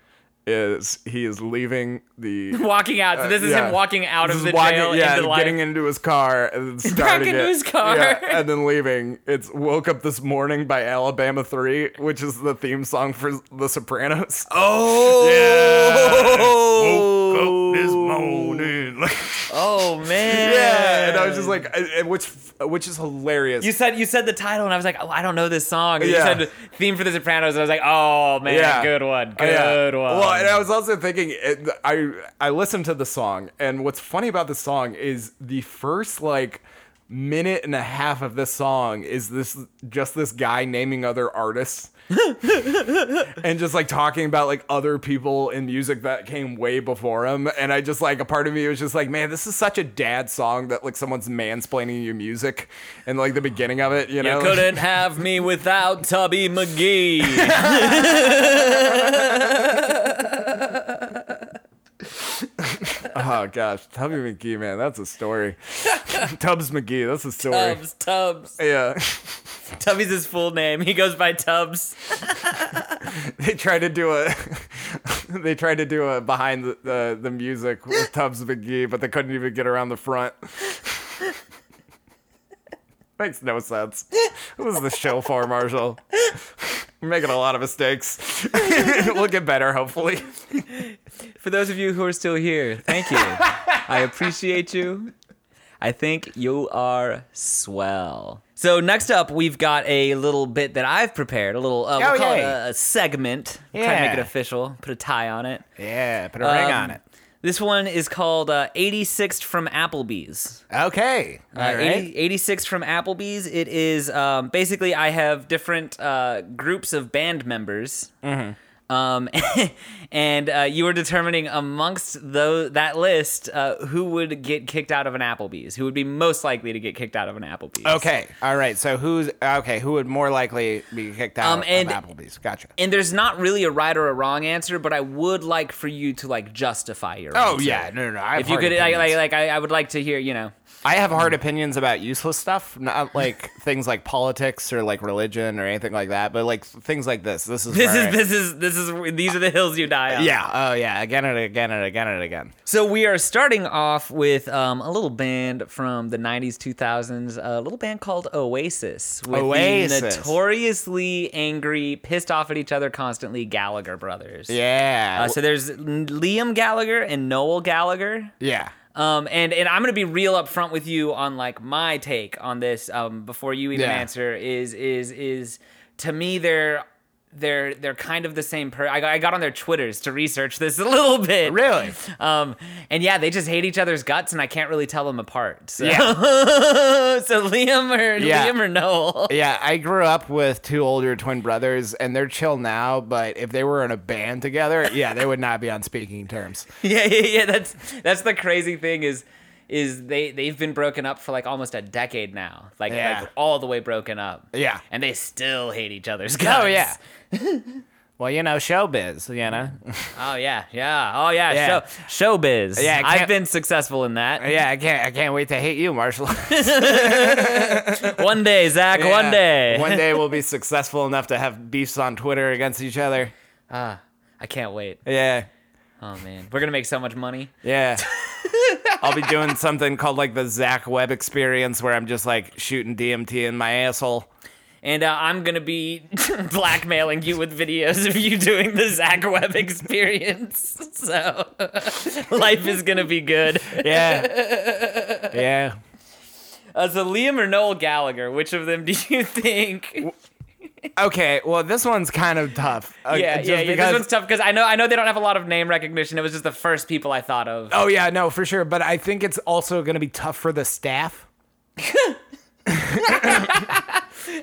[SPEAKER 1] is he is leaving the uh,
[SPEAKER 3] Walking out. So this is
[SPEAKER 1] yeah.
[SPEAKER 3] him walking out
[SPEAKER 1] This
[SPEAKER 3] of
[SPEAKER 1] is
[SPEAKER 3] the
[SPEAKER 1] walking-
[SPEAKER 3] jail
[SPEAKER 1] yeah,
[SPEAKER 3] into life.
[SPEAKER 1] getting into his car and then starting
[SPEAKER 3] into
[SPEAKER 1] it.
[SPEAKER 3] his car.
[SPEAKER 1] Yeah, and then leaving. It's "Woke Up This Morning" by Alabama Three, which is the theme song for The Sopranos.
[SPEAKER 2] Oh.
[SPEAKER 1] Woke up this morning.
[SPEAKER 3] oh man.
[SPEAKER 1] yeah, and I was just like, I- and which which is hilarious.
[SPEAKER 3] You said you said the title, and I was like, oh, I don't know this song. And
[SPEAKER 1] Yeah.
[SPEAKER 3] You said theme for The Sopranos, and I was like, oh man,
[SPEAKER 1] Yeah.
[SPEAKER 3] good one,
[SPEAKER 1] Oh,
[SPEAKER 3] good
[SPEAKER 1] yeah.
[SPEAKER 3] one.
[SPEAKER 1] Well, and I was also thinking, it, I I listened to the song, and what's funny about the song is the first like minute and a half of this song is this just this guy naming other artists. and just like talking about like other people in music that came way before him and i just like a part of me was just like man this is such a dad song that like someone's mansplaining you music and like the beginning of it you know
[SPEAKER 2] You couldn't have me without Tubby McGee.
[SPEAKER 1] Oh gosh, Tubby McGee, man, that's a story. Tubbs McGee, that's a story.
[SPEAKER 3] Tubbs, Tubbs.
[SPEAKER 1] Yeah,
[SPEAKER 3] Tubby's his full name. He goes by Tubbs.
[SPEAKER 1] they tried to do a, they tried to do a behind the the, the music with Tubbs McGee, but they couldn't even get around the front. Makes no sense. This is the show for Marshall. We're making a lot of mistakes. we'll get better, hopefully.
[SPEAKER 2] For those of you who are still here, thank you. I appreciate you. I think you are swell. So next up, we've got a little bit that I've prepared. A little, uh, we'll
[SPEAKER 1] Oh,
[SPEAKER 2] call
[SPEAKER 1] yay.
[SPEAKER 2] it a, a segment. Try to make it
[SPEAKER 1] Yeah.
[SPEAKER 2] official. Put a tie on it.
[SPEAKER 1] Yeah, put a
[SPEAKER 2] ring on it. This one is called uh, 86th from Applebee's.
[SPEAKER 1] Okay, all
[SPEAKER 2] Uh, 80 86 from Applebee's. It is um, basically I have different uh, groups of band members.
[SPEAKER 1] Mm-hmm.
[SPEAKER 2] Um, and uh, you were determining amongst tho- that list uh, who would get kicked out of an Applebee's, who would be most likely to get kicked out of an Applebee's.
[SPEAKER 1] Okay. All right. So who's okay? Who would more likely be kicked out
[SPEAKER 2] Um, and-
[SPEAKER 1] of Applebee's? Gotcha.
[SPEAKER 2] And there's not really a right or a wrong answer, but I would like for you to like justify your.
[SPEAKER 1] Oh
[SPEAKER 2] answer.
[SPEAKER 1] yeah. No, no. no. I have
[SPEAKER 2] If you
[SPEAKER 1] hard
[SPEAKER 2] could, like, like,
[SPEAKER 1] opinions.
[SPEAKER 2] like I, I would like to hear, you know.
[SPEAKER 1] I have hard opinions about useless stuff, not like things like politics or like religion or anything like that, but like things like this. This is
[SPEAKER 2] This
[SPEAKER 1] where
[SPEAKER 2] is
[SPEAKER 1] I-
[SPEAKER 2] this is this is these are the hills you die on.
[SPEAKER 1] Yeah. Oh yeah. Again and again and again and again.
[SPEAKER 2] So we are starting off with um, a little band from the '90s, 2000s, a little band called Oasis, with the
[SPEAKER 1] Oasis.
[SPEAKER 2] notoriously angry, pissed off at each other constantly Gallagher brothers.
[SPEAKER 1] Yeah.
[SPEAKER 2] Uh, so there's Liam Gallagher and Noel Gallagher.
[SPEAKER 1] yeah.
[SPEAKER 2] Um, and and I'm gonna be real upfront with you on like my take on this. Um, before you even
[SPEAKER 1] Yeah.
[SPEAKER 2] answer, is is is to me they're they're they're kind of the same person. I, got- I got on their twitters to research this a little bit.
[SPEAKER 1] Really?
[SPEAKER 2] Um, and yeah, they just hate each other's guts, and I can't really tell them apart. So,
[SPEAKER 1] Yeah.
[SPEAKER 2] so Liam or
[SPEAKER 1] Yeah.
[SPEAKER 2] Liam or Noel.
[SPEAKER 1] Yeah, I grew up with two older twin brothers, and they're chill now. But if they were in a band together, yeah, they would not be on speaking terms.
[SPEAKER 2] yeah, yeah, yeah. That's that's the crazy thing is is they they've been broken up for like almost a decade now, like,
[SPEAKER 1] Yeah.
[SPEAKER 2] like all the way broken up.
[SPEAKER 1] Yeah.
[SPEAKER 2] and they still hate each other's guts.
[SPEAKER 1] Oh yeah. well, you know, showbiz. You know.
[SPEAKER 2] oh yeah, yeah, oh yeah.
[SPEAKER 1] Yeah.
[SPEAKER 2] Show showbiz.
[SPEAKER 1] Yeah, I
[SPEAKER 2] I've
[SPEAKER 1] can't-
[SPEAKER 2] been successful in that.
[SPEAKER 1] Yeah, I can't. I can't wait to hate you, Marshall.
[SPEAKER 2] One day, Zach. One day.
[SPEAKER 1] one day we'll be successful enough to have beefs on Twitter against each other.
[SPEAKER 2] Ah, I can't wait.
[SPEAKER 1] Yeah,
[SPEAKER 2] Oh man, we're gonna make so much money.
[SPEAKER 1] yeah. I'll be doing something called like the Zach Webb experience, where I'm just like shooting DMT in my asshole.
[SPEAKER 2] And uh, I'm gonna be blackmailing you with videos of you doing the Zach Web experience. So life is gonna be good.
[SPEAKER 1] Yeah, yeah.
[SPEAKER 2] Uh, so Liam or Noel Gallagher, which of them do you think?
[SPEAKER 1] Okay, well, this one's kind of tough. Uh,
[SPEAKER 2] yeah,
[SPEAKER 1] just
[SPEAKER 2] yeah, yeah.
[SPEAKER 1] because-
[SPEAKER 2] This one's tough because I know I know they don't have a lot of name recognition. It was just the first people I thought of.
[SPEAKER 1] Oh yeah, no, for sure. But I think it's also going to be tough for the staff.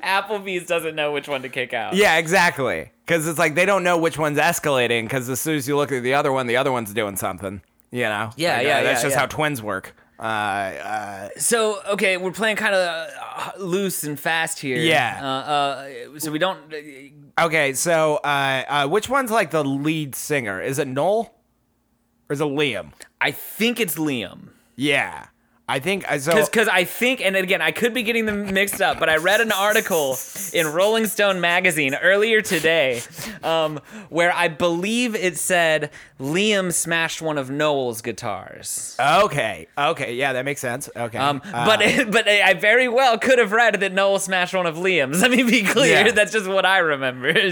[SPEAKER 2] Applebee's doesn't know which one to kick out.
[SPEAKER 1] Yeah, exactly. Because it's like they don't know which one's escalating. Because as soon as you look at the other one, the other one's doing something. You know?
[SPEAKER 2] Yeah,
[SPEAKER 1] Like, uh,
[SPEAKER 2] yeah,
[SPEAKER 1] That's
[SPEAKER 2] yeah,
[SPEAKER 1] just
[SPEAKER 2] yeah.
[SPEAKER 1] how twins work. Uh, uh,
[SPEAKER 2] So okay, we're playing kind of uh, loose and fast here.
[SPEAKER 1] Yeah.
[SPEAKER 2] Uh, uh, so we don't. Uh,
[SPEAKER 1] okay, so uh, uh, which one's like the lead singer? Is it Noel or is it Liam?
[SPEAKER 2] I think it's Liam.
[SPEAKER 1] Yeah, I think uh, so.
[SPEAKER 2] Because I think, and again, I could be getting them mixed up, but I read an article in Rolling Stone magazine earlier today um, where I believe it said Liam smashed one of Noel's guitars.
[SPEAKER 1] Okay, okay, yeah, that makes sense. Okay, Uh,
[SPEAKER 2] Um, but
[SPEAKER 1] Ah.
[SPEAKER 2] but I very well could have read that Noel smashed one of Liam's. Let me be clear.
[SPEAKER 1] Yeah.
[SPEAKER 2] That's just what I remember.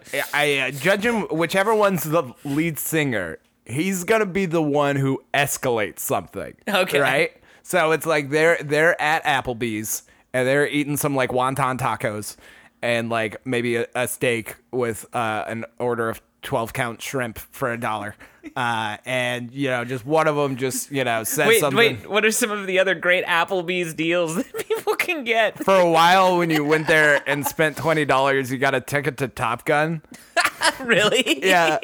[SPEAKER 1] I, I uh, judge him whichever one's the lead singer. He's gonna be the one who escalates something.
[SPEAKER 2] Okay.
[SPEAKER 1] Right. So it's like they're they're at Applebee's and they're eating some like wonton tacos and like maybe a, a steak with uh, an order of twelve count shrimp for a dollar. Uh, and you know, just one of them just you know says
[SPEAKER 2] wait,
[SPEAKER 1] something.
[SPEAKER 2] wait. What are some of the other great Applebee's deals that people can get?
[SPEAKER 1] For a while, when you went there and spent twenty dollars, you got a ticket to Top Gun.
[SPEAKER 2] really?
[SPEAKER 1] yeah.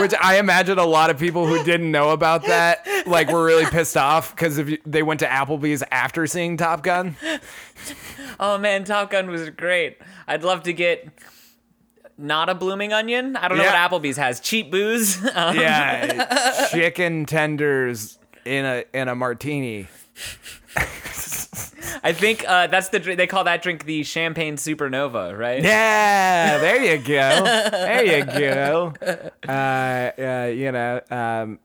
[SPEAKER 1] Which I imagine a lot of people who didn't know about that like were really pissed off because if you, they went to Applebee's after seeing Top Gun.
[SPEAKER 2] Oh man, Top Gun was great. I'd love to get not a blooming onion. I don't
[SPEAKER 1] Yeah.
[SPEAKER 2] know what Applebee's has. Cheap booze. Um,
[SPEAKER 1] Yeah, chicken tenders in a in a martini.
[SPEAKER 2] I think uh, that's the drink. They call that drink the Champagne Supernova, right?
[SPEAKER 1] Yeah, there you go. There you go. Uh, uh, you know. Um.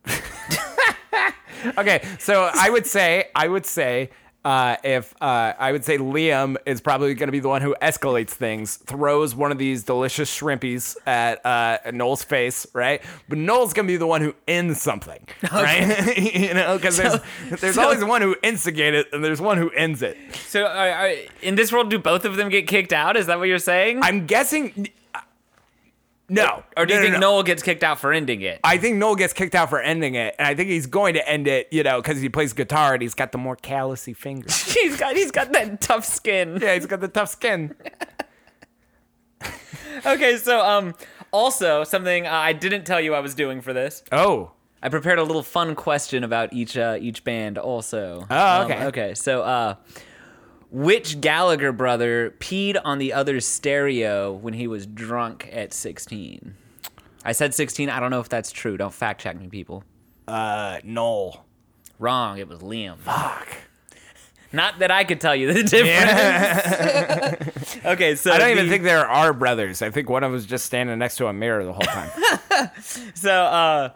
[SPEAKER 1] okay, so I would say, I would say, uh, if uh, I would say Liam is probably going to be the one who escalates things, throws one of these delicious shrimpies at uh, Noel's face, right? But Noel's going to be the one who ends something, right? you know, because there's there's always one who instigated and there's one who ends it.
[SPEAKER 2] So, are, are, in this world, do both of them get kicked out? Is that what you're saying?
[SPEAKER 1] I'm guessing. uh, No.
[SPEAKER 2] or do you
[SPEAKER 1] No, no,
[SPEAKER 2] think
[SPEAKER 1] no.
[SPEAKER 2] Noel gets kicked out for ending it?
[SPEAKER 1] I think Noel gets kicked out for ending it, and I think he's going to end it, you know, because he plays guitar and he's got the more callousy fingers.
[SPEAKER 2] he's got he's got that tough skin.
[SPEAKER 1] yeah, he's got the tough skin.
[SPEAKER 2] Okay, so um, also something uh, I didn't tell you I was doing for this.
[SPEAKER 1] Oh.
[SPEAKER 2] I prepared a little fun question about each uh, each band also. Um,
[SPEAKER 1] Oh, okay.
[SPEAKER 2] okay, so uh, which Gallagher brother peed on the other's stereo when he was drunk at 16? I said 16. I don't know if that's true. Don't fact check me, people.
[SPEAKER 1] Uh, Noel.
[SPEAKER 2] Wrong. It was Liam.
[SPEAKER 1] Fuck.
[SPEAKER 2] Not that I could tell you the difference. okay, so
[SPEAKER 1] I don't even
[SPEAKER 2] the-
[SPEAKER 1] think there are brothers. I think one of them's just standing next to a mirror the whole time.
[SPEAKER 2] So uh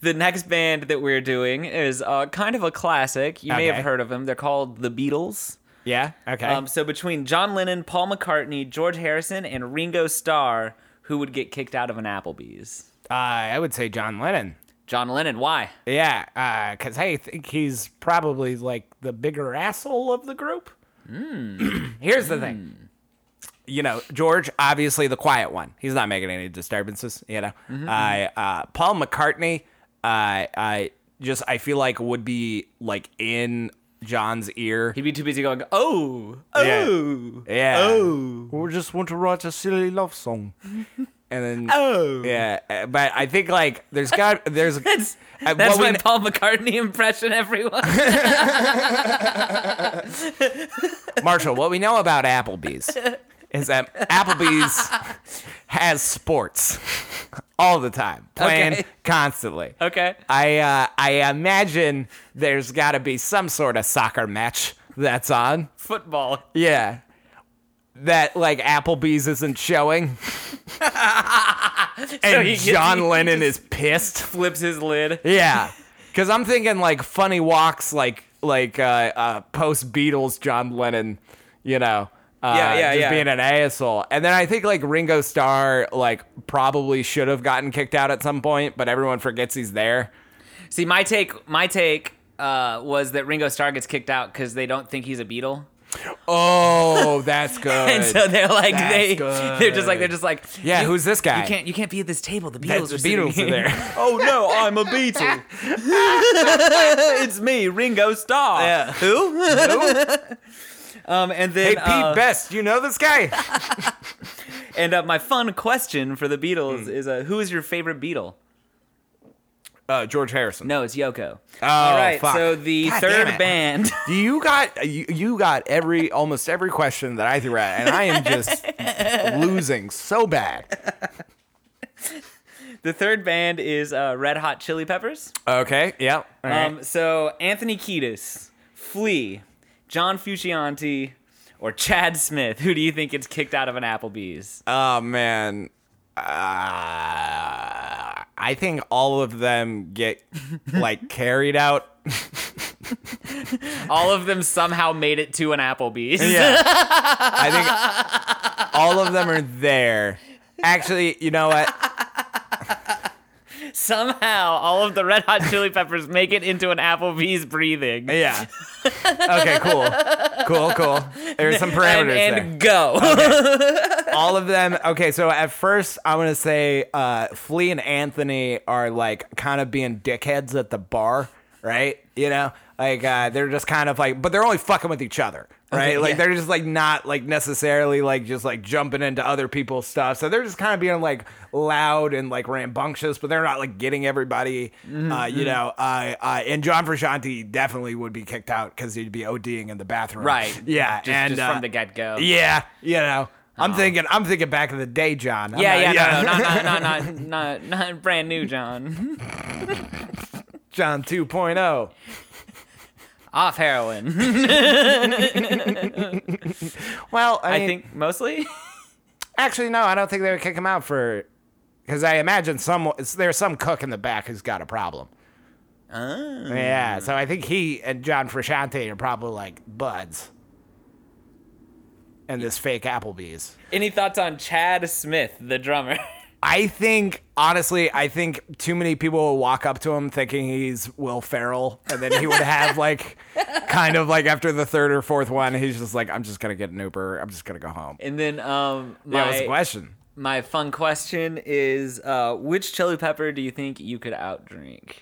[SPEAKER 2] the next band that we're doing is uh, kind of a classic. You may
[SPEAKER 1] Okay.
[SPEAKER 2] have heard of them. They're called The Beatles.
[SPEAKER 1] yeah? Okay.
[SPEAKER 2] Um, so between John Lennon, Paul McCartney, George Harrison, and Ringo Starr, who would get kicked out of an Applebee's?
[SPEAKER 1] uh, I would say John Lennon.
[SPEAKER 2] John Lennon. Why?
[SPEAKER 1] Yeah, because I think he's probably like the bigger asshole of the group. Here's the thing. You know, George, obviously the quiet one. He's not making any disturbances, you know. I uh, Paul McCartney, I I just I feel like would be like in John's ear.
[SPEAKER 2] He'd be too busy going, oh, oh,
[SPEAKER 1] Yeah. yeah.
[SPEAKER 2] oh,
[SPEAKER 1] We just want to write a silly love song. And then
[SPEAKER 2] oh.
[SPEAKER 1] Yeah, uh, but I think like there's got there's
[SPEAKER 2] That's,
[SPEAKER 1] Uh,
[SPEAKER 2] that's
[SPEAKER 1] what we
[SPEAKER 2] my
[SPEAKER 1] kn-
[SPEAKER 2] Paul McCartney impression, everyone.
[SPEAKER 1] Marshall, what we know about Applebee's is that Applebee's has sports all the time, playing
[SPEAKER 2] Okay.
[SPEAKER 1] constantly.
[SPEAKER 2] okay.
[SPEAKER 1] I uh, I imagine there's got to be some sort of soccer match that's on.
[SPEAKER 2] Football.
[SPEAKER 1] Yeah. That like Applebee's isn't showing, and
[SPEAKER 2] he gets-
[SPEAKER 1] John
[SPEAKER 2] he
[SPEAKER 1] Lennon is pissed.
[SPEAKER 2] Flips his lid.
[SPEAKER 1] Yeah, because I'm thinking like funny walks, like like uh, uh, post Beatles John Lennon, you know. Uh,
[SPEAKER 2] Yeah, yeah,
[SPEAKER 1] just
[SPEAKER 2] yeah.
[SPEAKER 1] being an asshole, and then I think like Ringo Starr like probably should have gotten kicked out at some point, but everyone forgets he's there.
[SPEAKER 2] See, my take, my take uh, was that Ringo Starr gets kicked out because they don't think he's a Beatle.
[SPEAKER 1] Oh, that's good.
[SPEAKER 2] and so they're like
[SPEAKER 1] That's
[SPEAKER 2] they
[SPEAKER 1] good.
[SPEAKER 2] they're just like they're just like
[SPEAKER 1] Yeah,
[SPEAKER 2] "You-
[SPEAKER 1] who's this guy?"
[SPEAKER 2] You can't you can't be at this table. The
[SPEAKER 1] That's
[SPEAKER 2] Beatles are
[SPEAKER 1] the
[SPEAKER 2] sitting
[SPEAKER 1] Beatles are
[SPEAKER 2] here."
[SPEAKER 1] there.
[SPEAKER 4] Oh no, I'm a beetle. it's me, Ringo
[SPEAKER 1] Oh,
[SPEAKER 4] Starr.
[SPEAKER 2] Yeah.
[SPEAKER 4] Who?
[SPEAKER 2] Um, and
[SPEAKER 1] hey,
[SPEAKER 2] then
[SPEAKER 1] Pete
[SPEAKER 2] uh,
[SPEAKER 1] Best, you know this guy?
[SPEAKER 2] and uh, my fun question for the Beatles
[SPEAKER 1] Hmm.
[SPEAKER 2] is uh, who is your favorite Beatle?
[SPEAKER 1] Uh, George Harrison.
[SPEAKER 2] No, it's Yoko.
[SPEAKER 1] Oh,
[SPEAKER 2] All right,
[SPEAKER 1] fuck.
[SPEAKER 2] so the
[SPEAKER 1] God damn
[SPEAKER 2] third
[SPEAKER 1] it.
[SPEAKER 2] band.
[SPEAKER 1] You got you, you got every almost every question that I threw at, and I am just losing so bad.
[SPEAKER 2] The third band is uh, Red Hot Chili Peppers.
[SPEAKER 1] Okay. Yeah. all right.
[SPEAKER 2] Um, so Anthony Kiedis, Flea, John Fucianti, or Chad Smith. Who do you think gets kicked out of an Applebee's?
[SPEAKER 1] Oh man. Uh, I think all of them get like carried out.
[SPEAKER 2] All of them somehow made it to an Applebee's.
[SPEAKER 1] Yeah. I think all of them are there. Actually, you know what?
[SPEAKER 2] Somehow, all of the Red Hot Chili Peppers make it into an Applebee's breathing.
[SPEAKER 1] Yeah. Okay, cool. Cool, cool. There's some
[SPEAKER 2] And,
[SPEAKER 1] parameters there.
[SPEAKER 2] and go.
[SPEAKER 1] all of them. Okay, so at first I'm gonna say uh, Flea and Anthony are like kind of being dickheads at the bar, right? You know, like uh, they're just kind of like, but they're only fucking with each other, right?
[SPEAKER 2] Okay,
[SPEAKER 1] like
[SPEAKER 2] yeah.
[SPEAKER 1] they're just like not like necessarily like just like jumping into other people's stuff. So they're just kind of being like loud and like rambunctious, but they're not like getting everybody.
[SPEAKER 2] Mm-hmm,
[SPEAKER 1] Uh, you know, uh, uh, and John Frusciante definitely would be kicked out because he'd be ODing in the bathroom,
[SPEAKER 2] Right.
[SPEAKER 1] Yeah,
[SPEAKER 2] Just,
[SPEAKER 1] and
[SPEAKER 2] just
[SPEAKER 1] uh,
[SPEAKER 2] from the get go.
[SPEAKER 1] yeah, you know. I'm thinking. I'm thinking back in the day, John. I'm
[SPEAKER 2] Yeah,
[SPEAKER 1] not-
[SPEAKER 2] yeah, no, no, not, not, not, not, not brand new, John.
[SPEAKER 1] John oh. 2.0.
[SPEAKER 2] Off heroin.
[SPEAKER 1] Well, I,
[SPEAKER 2] I
[SPEAKER 1] mean,
[SPEAKER 2] think mostly.
[SPEAKER 1] actually no. I don't think they would kick him out for because I imagine some it's- there's some cook in the back who's got a problem.
[SPEAKER 2] Oh.
[SPEAKER 1] Yeah, so I think he and John Frusciante are probably like buds. And this fake Applebee's.
[SPEAKER 2] Any thoughts on Chad Smith, the drummer?
[SPEAKER 1] I think honestly, I think too many people will walk up to him thinking he's Will Ferrell, and then he would have like, kind of like after the third or fourth one, he's just like, I'm just gonna get an Uber, I'm just gonna go home.
[SPEAKER 2] And then um,
[SPEAKER 1] That
[SPEAKER 2] my
[SPEAKER 1] was the question.
[SPEAKER 2] my fun question is, uh, which Chili Pepper do you think you could outdrink?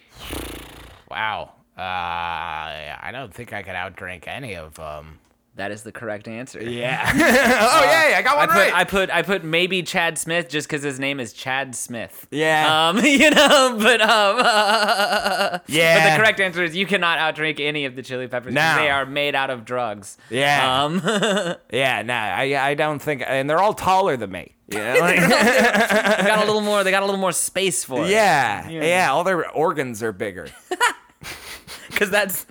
[SPEAKER 1] Wow, uh, I don't think I could outdrink any of um, them.
[SPEAKER 2] That is the correct answer.
[SPEAKER 1] Yeah. oh yeah, I got
[SPEAKER 2] I
[SPEAKER 1] one
[SPEAKER 2] put
[SPEAKER 1] right.
[SPEAKER 2] I put I put maybe Chad Smith just because his name is Chad Smith.
[SPEAKER 1] yeah.
[SPEAKER 2] Um, you know, but um,
[SPEAKER 1] yeah.
[SPEAKER 2] but the correct answer is you cannot outdrink any of the Chili Peppers.
[SPEAKER 1] No.
[SPEAKER 2] 'cause They are made out of drugs.
[SPEAKER 1] Yeah.
[SPEAKER 2] Um,
[SPEAKER 1] Yeah. No, I I don't think, and they're all taller than me. Yeah. like-
[SPEAKER 2] they got a little more. They got a little more space for it.
[SPEAKER 1] yeah. Yeah. All their organs are bigger.
[SPEAKER 2] Because that's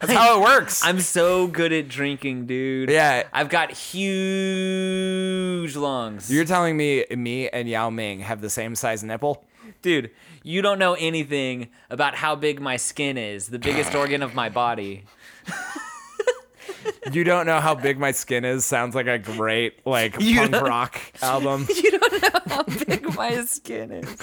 [SPEAKER 1] That's how it works.
[SPEAKER 2] I'm so good at drinking, dude.
[SPEAKER 1] Yeah.
[SPEAKER 2] I've got huge lungs.
[SPEAKER 1] You're telling me me and Yao Ming have the same size nipple?
[SPEAKER 2] dude, you don't know anything about how big my skin is, the biggest organ of my body.
[SPEAKER 1] You don't know how big my skin is. Sounds like a great like punk rock album.
[SPEAKER 2] You don't know how big my skin is.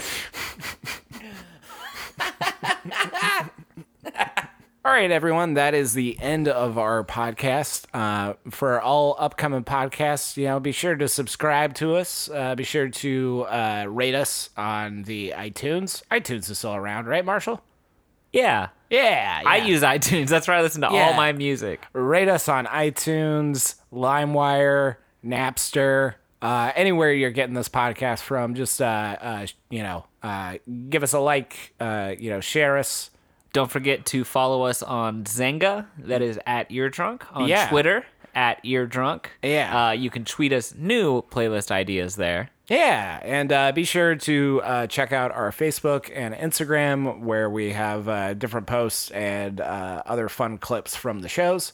[SPEAKER 1] All right, everyone, that is the end of our podcast. Uh, for all upcoming podcasts, you know, be sure to subscribe to us. Uh, be sure to uh, rate us on the iTunes. iTunes is still around, right, Marshall?
[SPEAKER 2] Yeah.
[SPEAKER 1] Yeah,
[SPEAKER 2] I
[SPEAKER 1] yeah.
[SPEAKER 2] use iTunes. That's where I listen to all
[SPEAKER 1] Yeah.
[SPEAKER 2] my music.
[SPEAKER 1] rate us on iTunes, LimeWire, Napster, uh, anywhere you're getting this podcast from. Just uh, uh, you know, uh, give us a like. Uh, you know, share us.
[SPEAKER 2] Don't forget to follow us on Zenga. That is at Eardrunk. On
[SPEAKER 1] Yeah.
[SPEAKER 2] Twitter, at Eardrunk.
[SPEAKER 1] Yeah.
[SPEAKER 2] Uh, you can tweet us new playlist ideas there.
[SPEAKER 1] Yeah, and uh, be sure to uh, check out our Facebook and Instagram where we have uh, different posts and uh, other fun clips from the shows.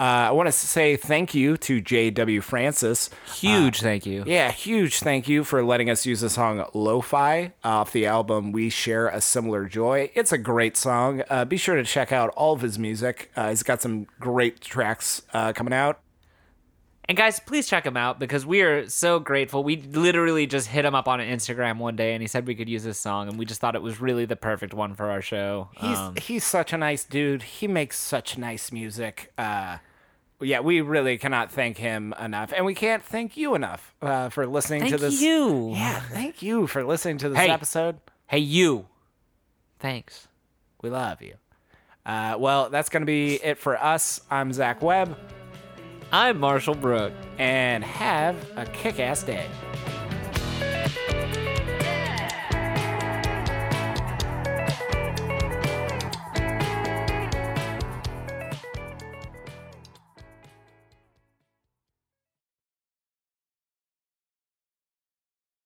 [SPEAKER 1] Uh, I want to say thank you to J.W. Francis.
[SPEAKER 2] Huge thank you.
[SPEAKER 1] Uh, Yeah, huge thank you for letting us use the song Lo-Fi off the album We Share a Similar Joy. It's a great song. Uh, be sure to check out all of his music. Uh, he's got some great tracks uh, coming out.
[SPEAKER 2] And guys, please check him out because we are so grateful. We literally just hit him up on Instagram one day and he said we could use this song, and we just thought it was really the perfect one for our show.
[SPEAKER 1] He's,
[SPEAKER 2] Um,
[SPEAKER 1] he's such a nice dude. He makes such nice music. Uh, yeah, we really cannot thank him enough, and we can't thank you enough uh, for listening to
[SPEAKER 2] Thank
[SPEAKER 1] this.
[SPEAKER 2] you.
[SPEAKER 1] Yeah, thank you for listening to this
[SPEAKER 2] Hey.
[SPEAKER 1] episode.
[SPEAKER 2] Hey, you. Thanks.
[SPEAKER 1] We love you. Uh, well, that's going to be it for us. I'm Zach Webb,
[SPEAKER 2] I'm Marshall Brooke.
[SPEAKER 1] and have a kick ass day.